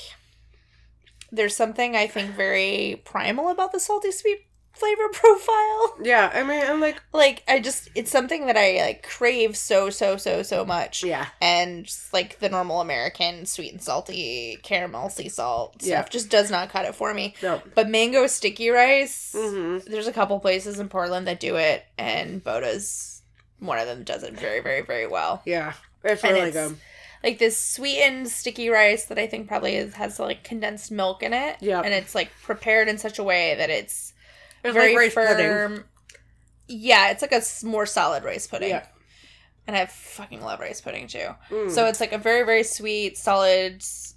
B: there's something I think very primal about the salty sweet flavor profile
A: Yeah. I mean, I'm like,
B: like i just it's something that i like crave so so so so much
A: Yeah.
B: and just, like the normal american sweet and salty caramel sea salt
A: Yeah.
B: stuff just does not cut it for me
A: no.
B: but mango sticky rice
A: hmm
B: there's a couple places in portland that do it and boda's one of them does it very very very well
A: Yeah. It's
B: And
A: really
B: it's-
A: good.
B: like this sweetened sticky rice that i think probably is, has like condensed milk in it
A: Yep.
B: and it's like prepared in such a way that it's
A: It's
B: very
A: like rice pudding.
B: firm. Yeah, it's like a s- more solid rice pudding.
A: Yeah.
B: And I fucking love rice pudding too.
A: Mm.
B: So it's like a very very sweet, solid, s-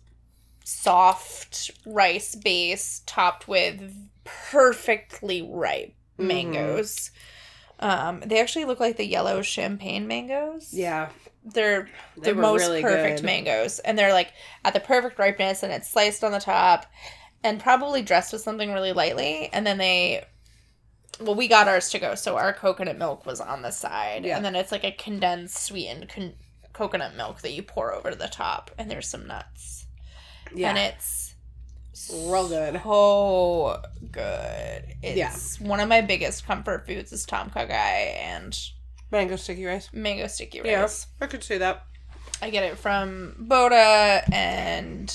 B: soft rice base topped with perfectly ripe
A: Mhm.
B: mangoes. Um, they actually look like the yellow champagne mangoes.
A: yeah.
B: They're
A: They
B: the
A: were
B: most
A: really
B: perfect
A: good.
B: mangoes and they're like at the perfect ripeness and it's sliced on the top and probably dressed with something really lightly and then they well we got ours to go so our coconut milk was on the side
A: Yeah.
B: and then it's like a condensed sweetened con- coconut milk that you pour over the top and there's some nuts
A: Yeah.
B: and it's
A: Real good.
B: so good
A: Yeah.
B: it's one of my biggest comfort foods is tomka guy and
A: Mango sticky rice.
B: mango sticky rice
A: Yeah. I could see that.
B: I get it from Boda and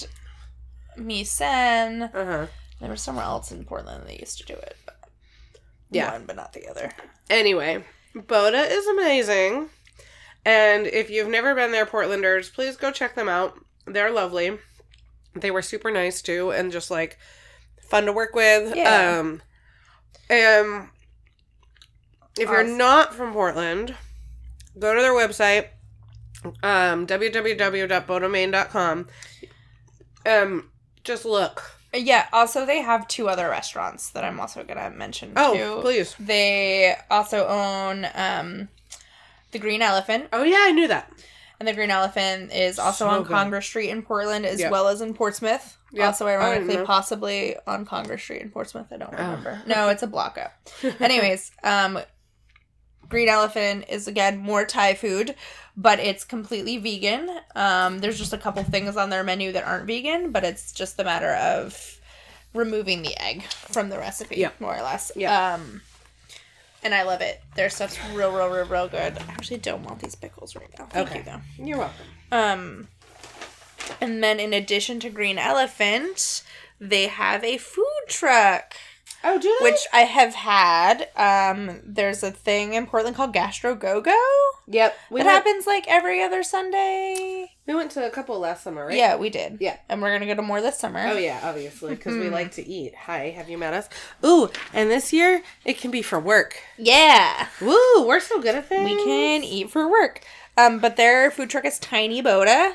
B: Misen.
A: Uh huh.
B: There was somewhere else in Portland that used to do it. But
A: Yeah.
B: One, but not the other.
A: Anyway, Boda is amazing. And if you've never been there, Portlanders, please go check them out. They're lovely. They were super nice too and just like fun to work with.
B: Yeah.
A: Um um if you're
B: Awesome.
A: not from Portland, go to their website um www.bodomain.com. Um just look.
B: Yeah, also, they have two other restaurants that I'm also going to mention.
A: Oh,
B: too.
A: please.
B: They also own um, The Green Elephant.
A: Oh yeah, I knew that.
B: And The Green Elephant is also
A: So
B: on
A: good.
B: Congress Street in Portland as
A: Yep.
B: well as in Portsmouth.
A: Yep.
B: Also,
A: I don't
B: ironically,
A: know.
B: possibly on Congress Street in Portsmouth. I don't remember. No, it's a block up. Anyways, um, Green Elephant is again more Thai food, but it's completely vegan. Um, there's just a couple things on their menu that aren't vegan, but it's just the matter of removing the egg from the recipe,
A: Yeah.
B: more or less.
A: Yeah.
B: Um, and I love it. Their stuff's real, real, real, real good. I actually don't want these pickles right now. Thank
A: Okay.
B: you, though.
A: You're welcome.
B: Um, and then in addition to Green Elephant, they have a food truck,
A: Oh, do they?
B: which I have had. Um, there's a thing in Portland called Gastro Go Go
A: yep. We
B: that
A: went,
B: happens like every other Sunday.
A: we went to a couple last summer, right?
B: Yeah, we did.
A: Yeah.
B: and we're gonna go to more this summer.
A: Oh yeah, obviously, because
B: Mm-hmm.
A: we like to eat. Hi, have you met us? Ooh, and this year it can be for work.
B: yeah.
A: Woo, we're so good at things.
B: We can eat for work. Um, but their food truck is Tiny Boda.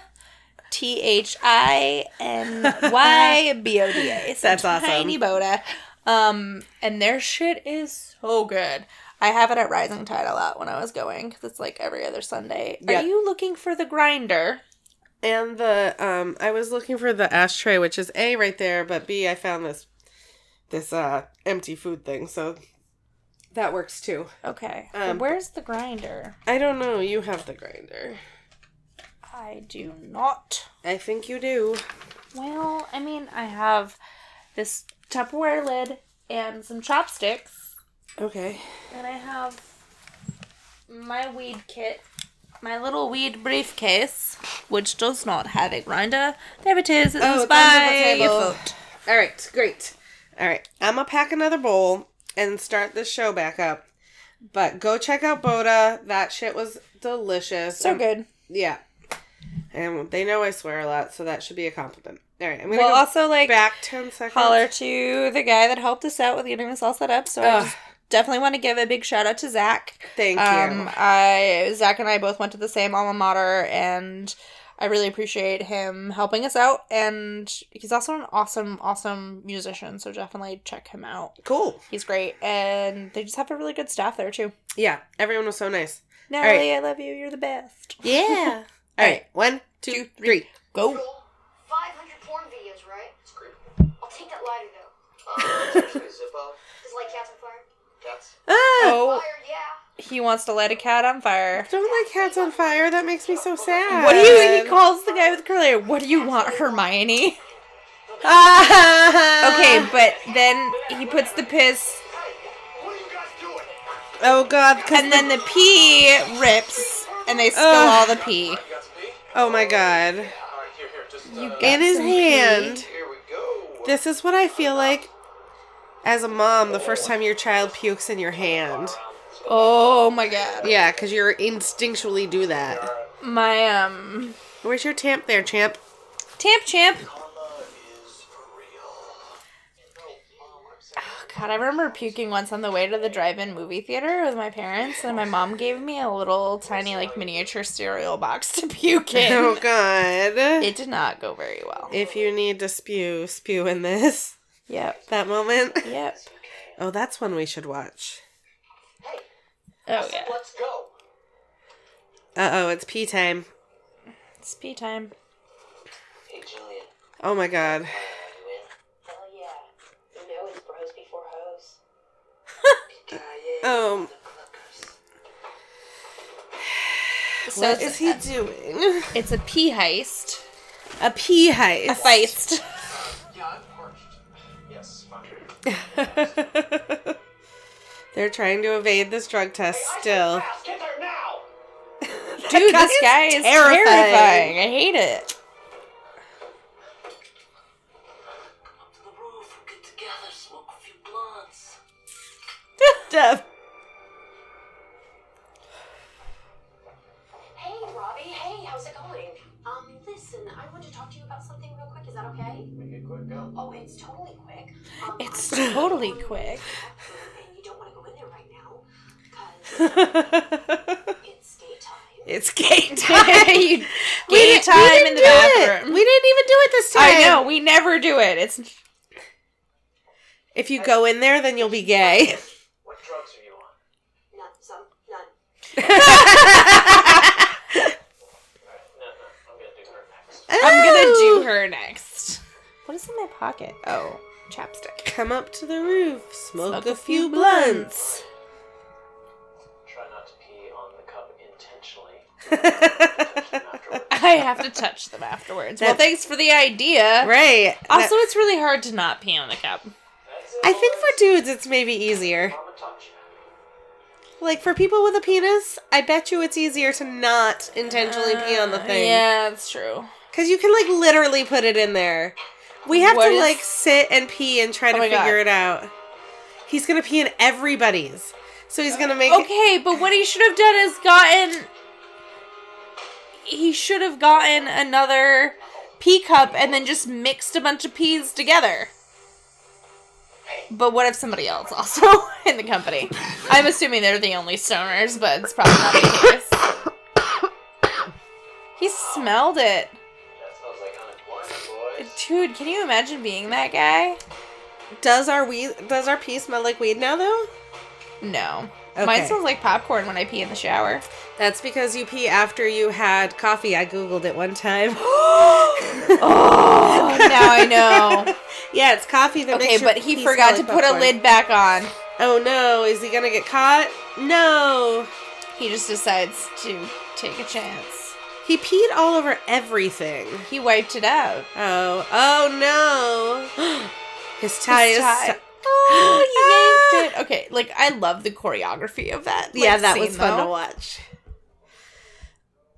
B: T H I N Y B O D A. So
A: That's awesome.
B: Tiny Boda. Um, and their shit is so good. I have it at Rising Tide a lot when I was going because it's like every other Sunday.
A: Yeah.
B: Are you looking for the grinder?
A: And the um, I was looking for the ashtray, which is a right there, but b I found this this uh empty food thing, so that works too.
B: Okay.
A: Um,
B: Where's the grinder?
A: I don't know. You have the grinder.
B: I do not.
A: I think you do.
B: Well, I mean, I have this Tupperware lid and some chopsticks.
A: Okay.
B: And I have my weed kit, my little weed briefcase, which does not have a grinder. There it is. It
A: Oh,
B: was
A: it's under the
B: by
A: table.
B: your foot.
A: All right. Great. All right. I'm gonna pack another bowl and start this show back up. But go check out Boda. That shit was delicious.
B: So
A: I'm-
B: good.
A: Yeah. And they know I swear a lot, so that should be a compliment. All right, I'm gonna
B: Well,
A: go
B: also like
A: back ten seconds.
B: holler to the guy that helped us out with getting this all set up. So I
A: Ugh.
B: just definitely want to give a big shout out to Zach.
A: Thank you.
B: Um, I Zach and I both went to the same alma mater, and I really appreciate him helping us out, and he's also an awesome, awesome musician. So definitely check him out.
A: Cool.
B: He's great, and they just have a really good staff there too.
A: Yeah, everyone was so nice.
B: Natalie, I love you. You're the best.
A: Yeah. All right. One, two, three.
B: Go.
F: 500 porn videos, right?
D: It's creepy.
F: I'll take that lighter though.
D: Uh, seriously, Zippo,
F: Cause like cats on fire.
D: cats.
A: Ah,
B: Oh,
F: Fire, yeah.
B: he wants to light a cat on fire.
A: don't like cats on fire. That makes me so sad.
B: What do you? He calls the guy with curly hair. What do you want, Hermione?
A: Ah.
B: Okay, but then he puts the piss,
A: Oh God. 'cause
B: and then the pee rips, and they spill
A: Ugh.
B: all the pee.
D: You got some pee?
A: Oh my God.
D: All right, here, here, just. Uh,
B: You
A: In his
B: Some
A: hand.
D: Here we go.
A: This is what I feel like as a mom the first time your child pukes in your hand.
B: Oh my god.
A: Yeah, because you're instinctually do that.
B: My um
A: Where's your tamp there, champ?
B: Tamp Champ.
D: Karma is real.
B: Oh, God, I remember puking once on the way to the drive-in movie theater with my parents, and my mom gave me a little tiny like miniature cereal box to puke
A: Oh
B: in.
A: God.
B: It did not go very well.
A: If you need to spew, spew in this.
B: Yep.
A: That moment.
B: Yep.
A: Oh, that's one we should watch.
B: Oh yeah.
D: Let's go.
A: Uh oh, it's pee time.
B: It's pee time.
D: Hey, Jillian.
A: Oh my God.
D: Are you in?
E: Hell yeah. You know it's bros before hoes.
A: Um,
B: So
A: what
B: it's,
A: is he doing?
B: it's a pee heist.
A: A pee
B: A
A: heist.
B: feist.
D: Yeah, I'm parched. Yes, fine.
A: They're trying to evade this drug test still.
D: Fast, get there now.
B: Dude,
A: guy
B: this
A: is
B: guy is
A: terrifying.
B: terrifying. I hate it.
D: Up to the roof. Get together. Smoke a few blunts.
A: Dev.
E: Hey, Robbie. Hey, how's it going? Um, listen, I want to talk to you about something real quick. Is that okay?
D: Make it quick. Go.
E: Oh, it's totally quick. Um,
B: It's
E: I'm-
B: totally
E: um,
B: quick.
E: And you don't want to go in there right now because
A: it's
E: it's daytime.
A: gay time.
B: you
A: We
B: gay
A: didn't- we
B: time
A: didn't
B: in the
A: do it.
B: bathroom.
A: We didn't even do it this time.
B: I know we never do it. It's
A: If you go in there, then you'll be gay.
D: What drugs are you on?
E: None, some, none.
D: No, no. I'm gonna
B: I'm gonna
A: Oh.
D: do her next.
B: do her next. What is in my pocket? Oh, chapstick.
A: Come up to the roof, smoke, a few blunts.
D: Try not to pee on the cup intentionally.
B: I have to touch them afterwards. well,
A: That-
B: thanks for the idea.
A: right.
B: Also,
A: That-
B: it's really hard to not pee on the cup.
A: I think for dudes, it's maybe easier.
D: Mama touch.
A: Like for people with a penis, I bet you it's easier to not intentionally pee on the thing.
B: Yeah, that's true.
A: Cause you can like literally put it in there. We have
B: What
A: to
B: is-
A: like sit and pee and try to
B: my
A: figure
B: God.
A: it out. He's gonna pee in everybody's. So he's gonna make
B: Okay, but what he should have done is gotten. He should have gotten another pea cup and then just mixed a bunch of peas together. But what if somebody else also in the company? I'm assuming they're the only stoners, but it's probably not the case. He smelled it.
D: That smells like unemployment, boys.
B: Dude, can you imagine being that guy?
A: does our weed does our pee smell like weed now though?
B: No.
A: Okay.
B: Mine smells like popcorn when I pee in the shower.
A: That's because you pee after you had coffee. I googled it one time.
B: Oh, now I know.
A: yeah, it's coffee that
B: Okay,
A: makes your
B: but he
A: pee
B: forgot to
A: smell like
B: put a
A: popcorn.
B: lid back on.
A: Oh no, is he gonna get caught? No.
B: He just decides to take a chance.
A: He peed all over everything.
B: He wiped it out.
A: Oh, oh no. His tie
B: His
A: is
B: tie.
A: so-
B: Oh, he yanked it. Okay, like I love the choreography of that. like,
A: yeah, that was
B: scene,
A: fun
B: though.
A: to watch.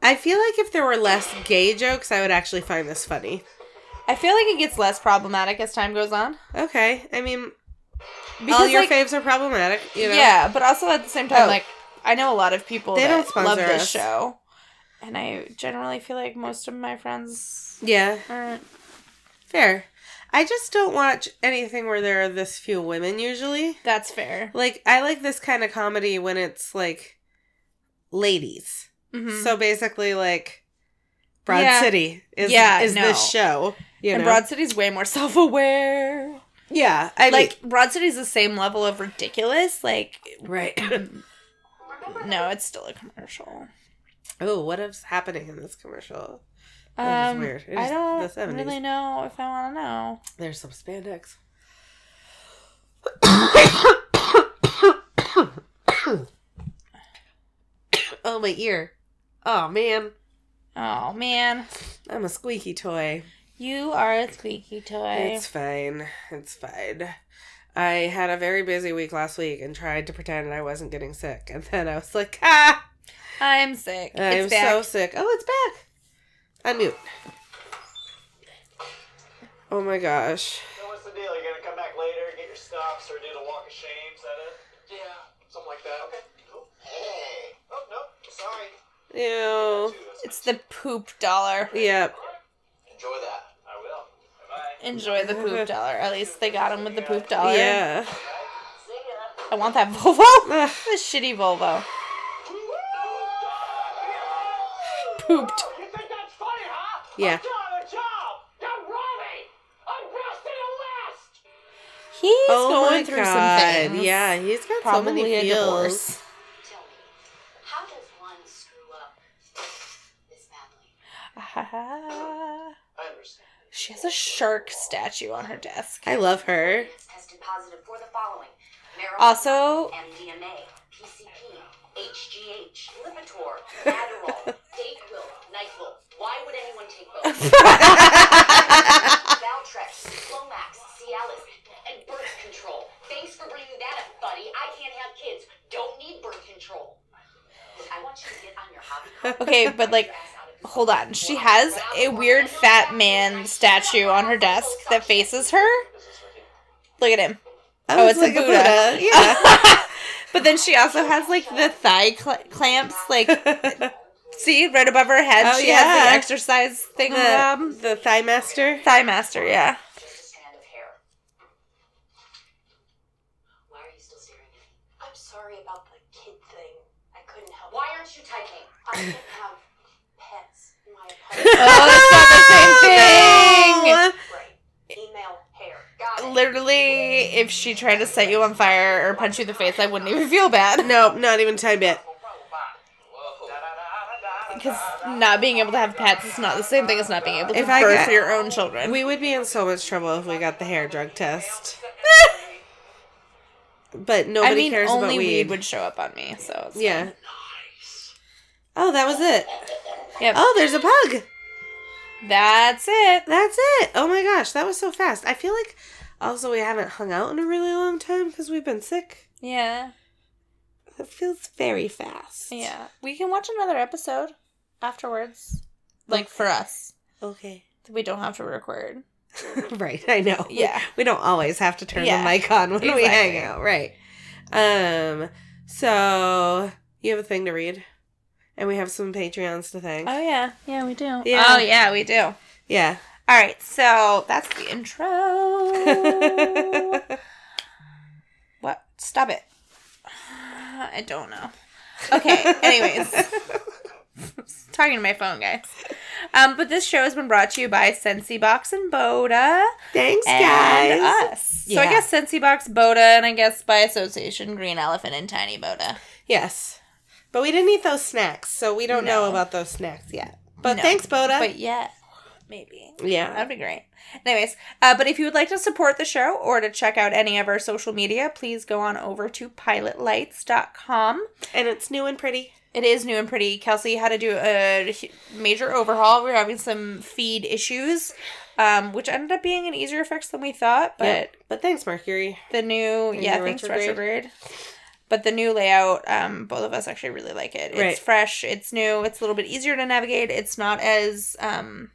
A: I feel like if there were less gay jokes, I would actually find this funny.
B: I feel like it gets less problematic as time goes on.
A: Okay, I mean, all
B: Because,
A: your
B: like,
A: faves are problematic, you know.
B: Yeah, but also at the same time,
A: Oh.
B: like I know a lot of people
A: They
B: that
A: don't sponsor
B: love this
A: us.
B: show, and I generally feel like most of my friends
A: yeah,
B: aren't.
A: fair. I just don't watch anything where there are this few women usually.
B: That's fair.
A: Like, I like this kind of comedy when it's like ladies.
B: Mhm.
A: So basically, like Broad
B: Yeah.
A: City is
B: Yeah,
A: is
B: no.
A: this show. You
B: and
A: know?
B: Broad City's way more self aware.
A: yeah, I
B: Like
A: like
B: Broad City's the same level of ridiculous. Like
A: right.
B: no, it's still a commercial.
A: oh, what is happening in this commercial? That was
B: Um,
A: weird. It
B: I
A: was the
B: don't
A: 70s.
B: really know if I want to know.
A: There's some spandex. oh my ear. Oh man,
B: Oh man,
A: I'm a squeaky toy.
B: you are a squeaky toy.
A: It's fine. It's fine. I had a very busy week last week and tried to pretend I wasn't getting sick, and then I was like, ah,
B: I'm sick.
A: I'm
B: it's back.
A: so sick. Oh, it's back. Unmute. Oh my gosh.
C: So what's the deal? You're gonna come back later, get your stops, or do the walk of shame? Is that it? Yeah, something like that. Okay, cool. Hey. Oh no, sorry.
A: Ew.
B: It's the poop dollar.
A: Yep.
C: Enjoy that. I will. Bye.
B: Enjoy the poop dollar. At least they got him with the poop dollar.
A: Yeah.
B: I want that Volvo.
A: Ugh.
B: the shitty Volvo. Pooped.
C: You think that's funny, huh?
A: Yeah.
C: I'm doing a job. I'm robbing. I'm busting a list.
B: He's
A: oh
B: going
A: my
B: through
A: God.
B: some things.
A: Yeah, he's got so
B: Probably
A: many
B: a
A: feels.
B: divorce.
E: Tell me, how does one screw up this badly?
B: Ah.
C: I understand.
B: She has a shark statue on her desk.
A: I love her.
E: It's tested positive for the following marijuana,
B: Also-
E: MDMA, PCP, HGH, Lipitor, Adderall, Dayquil, Nyquil. Why would anyone take both? Valtrex, Flomax, Cialis, and birth control. Thanks for bringing that up, buddy. I can't have kids. Don't need birth control. Look, I want you to get on your hobby.
B: Okay, but like, hold on. She has a weird fat man statue on her desk that faces her. Look at him. Oh, it's a Buddha.
A: Yeah.
B: But then she also has like the thigh cl- clamps, like see right above her head.
A: Oh,
B: she has
A: yeah.
B: the exercise thing.
A: the,
B: um,
A: the thigh master.
B: thigh master, yeah.
E: Just a strand of hair. Why are you still staring at me?
F: I'm sorry about the kid thing. I couldn't help
E: Why aren't you typing?
F: I can't have pets in
B: Oh,
F: my apartment.
B: that's not the same thing.
A: Oh,
E: Right. Email hair. Got it.
B: Literally, if she tried to set you on fire or punch you in the face, I wouldn't even feel bad.
A: no, not even time bit.
B: Because not being able to have pets is not the same thing as not being able to
A: If I
B: birth
A: got-
B: your own children.
A: We would be in so much trouble if we got the hair drug test. but nobody
B: I mean,
A: cares
B: only
A: about
B: weed.
A: weed.
B: would show up on me, so it's
A: yeah. Oh, that was it.
B: Yep.
A: Oh, there's a pug.
B: That's it.
A: That's it. Oh my gosh, that was so fast. I feel like also we haven't hung out in a really long time because we've been sick.
B: Yeah,
A: It feels very fast.
B: yeah. We can watch another episode afterwards, like for us.
A: Okay.
B: We don't have to record.
A: right. I know. We-
B: Yeah.
A: We, don't always have to turn
B: Yeah.
A: the mic on when we hang
B: Exactly.
A: out. Right. Um. So you have a thing to read, and we have some Patreons to thank.
B: Oh yeah, yeah, we do.
A: Yeah.
B: Oh yeah, we do.
A: yeah.
B: All right, so that's the intro. what? Stop it. I don't know. Okay, anyways. Talking to my phone, guys. Um, but this show has been brought to you by Sensi Box and Boda
A: Thanks,
B: and
A: guys.
B: us. So I
A: Yeah.
B: guess Sensi Box, Boda, and I guess by association, Green Elephant and Tiny Boda.
A: Yes. But we didn't eat those snacks, so we don't
B: No.
A: know about those snacks yet. But
B: No.
A: thanks, Boda.
B: But yeah, maybe.
A: yeah.
B: That'd be great. Anyways, uh, but if you would like to support the show or to check out any of our social media, please go on over to pilotlights.com.
A: And it's new and pretty.
B: It is new and pretty. Kelsey had to do a hu- major overhaul. We were having some feed issues, um, which ended up being an easier fix than we thought. But
A: But but thanks, Mercury.
B: the new,
A: And
B: yeah,
A: the
B: thanks
A: retrograde.
B: retrograde. But the new layout, um, both of us actually really like it. It's
A: Right.
B: fresh. It's new. It's a little bit easier to navigate. It's not as um,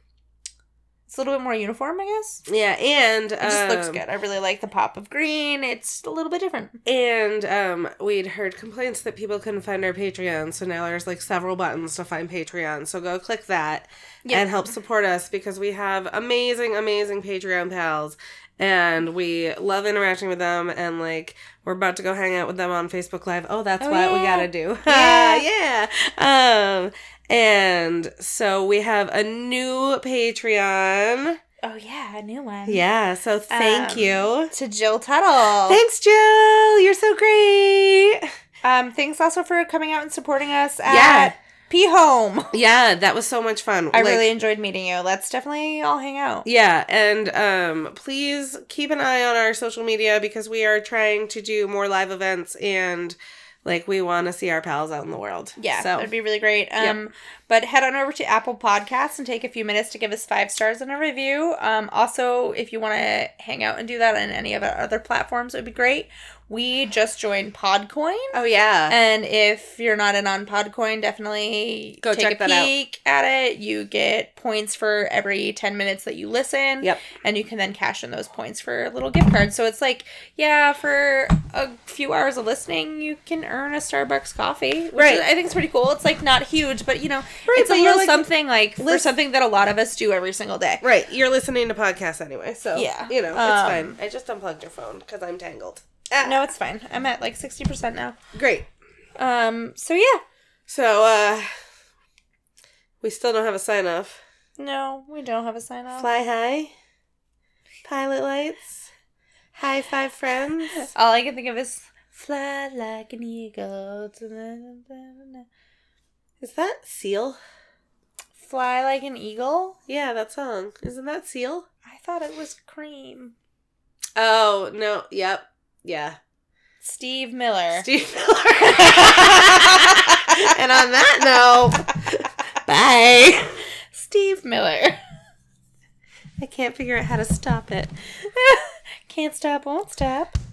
B: it's a little bit more uniform, I guess.
A: Yeah, and
B: It just looks
A: um,
B: good. I really like the pop of green. It's a little bit different.
A: And um, we'd heard complaints that people couldn't find our Patreon, so now there's like several buttons to find Patreon. So go click that
B: Yeah.
A: and help support us because we have amazing, amazing Patreon pals and we love interacting with them and like we're about to go hang out with them on Facebook Live. Oh, that's
B: Oh,
A: what we
B: yeah.
A: gotta do.
B: Yeah.
A: yeah. Um and so we have a new Patreon.
B: Oh yeah, a new one.
A: Yeah, so thank
B: Um,
A: you.
B: To Jill Tuttle.
A: Thanks, Jill. You're so great.
B: um, thanks also for coming out and supporting us at
A: Yeah.
B: P Home.
A: Yeah, that was so much fun.
B: I
A: Like,
B: really enjoyed meeting you. Let's definitely all hang out.
A: Yeah, and um, please keep an eye on our social media because we are trying to do more live events and like we want to see our pals out in the world.
B: Yeah,
A: so
B: that'd be really great. Um, but head on over to Apple Podcasts and take a few minutes to give us five stars and a review. Um, also, if you want to hang out and do that on any of our other platforms, it would be great. We just joined Podcoin,
A: oh yeah,
B: and if you're not in on Podcoin, definitely
A: Go
B: take
A: check
B: a
A: that out.
B: peek at it. You get points for every ten minutes that you listen.
A: Yep.
B: and you can then cash in those points for little gift cards. So it's like, yeah, for a few hours of listening, you can earn a Starbucks coffee. Which
A: Right.
B: is- I think it's pretty cool. It's like not huge, but you know, it's a
A: but you're
B: little
A: like-
B: something like for
A: Listen-
B: something that a lot of us do every single day.
A: right. You're listening to podcasts anyway, so
B: Yeah.
A: you know it's
B: Um,
A: fine. I just unplugged your phone because I'm tangled.
B: Uh, No, it's fine. I'm at like sixty percent now.
A: Great.
B: Um. So yeah.
A: So uh, we still don't have a sign off.
B: No, we don't have a sign off.
A: Fly high, pilot lights, high five friends.
B: All I can think of is fly like an eagle. Da-da-da-da-da.
A: Is that Seal?
B: Fly like an eagle.
A: Yeah, that song. Isn't that Seal?
B: I thought it was cream.
A: Oh no! Yep. Yeah.
B: Steve Miller.
A: Steve Miller. and on that note, bye.
B: Steve Miller.
A: I can't figure out how to stop it.
B: Can't stop, won't stop.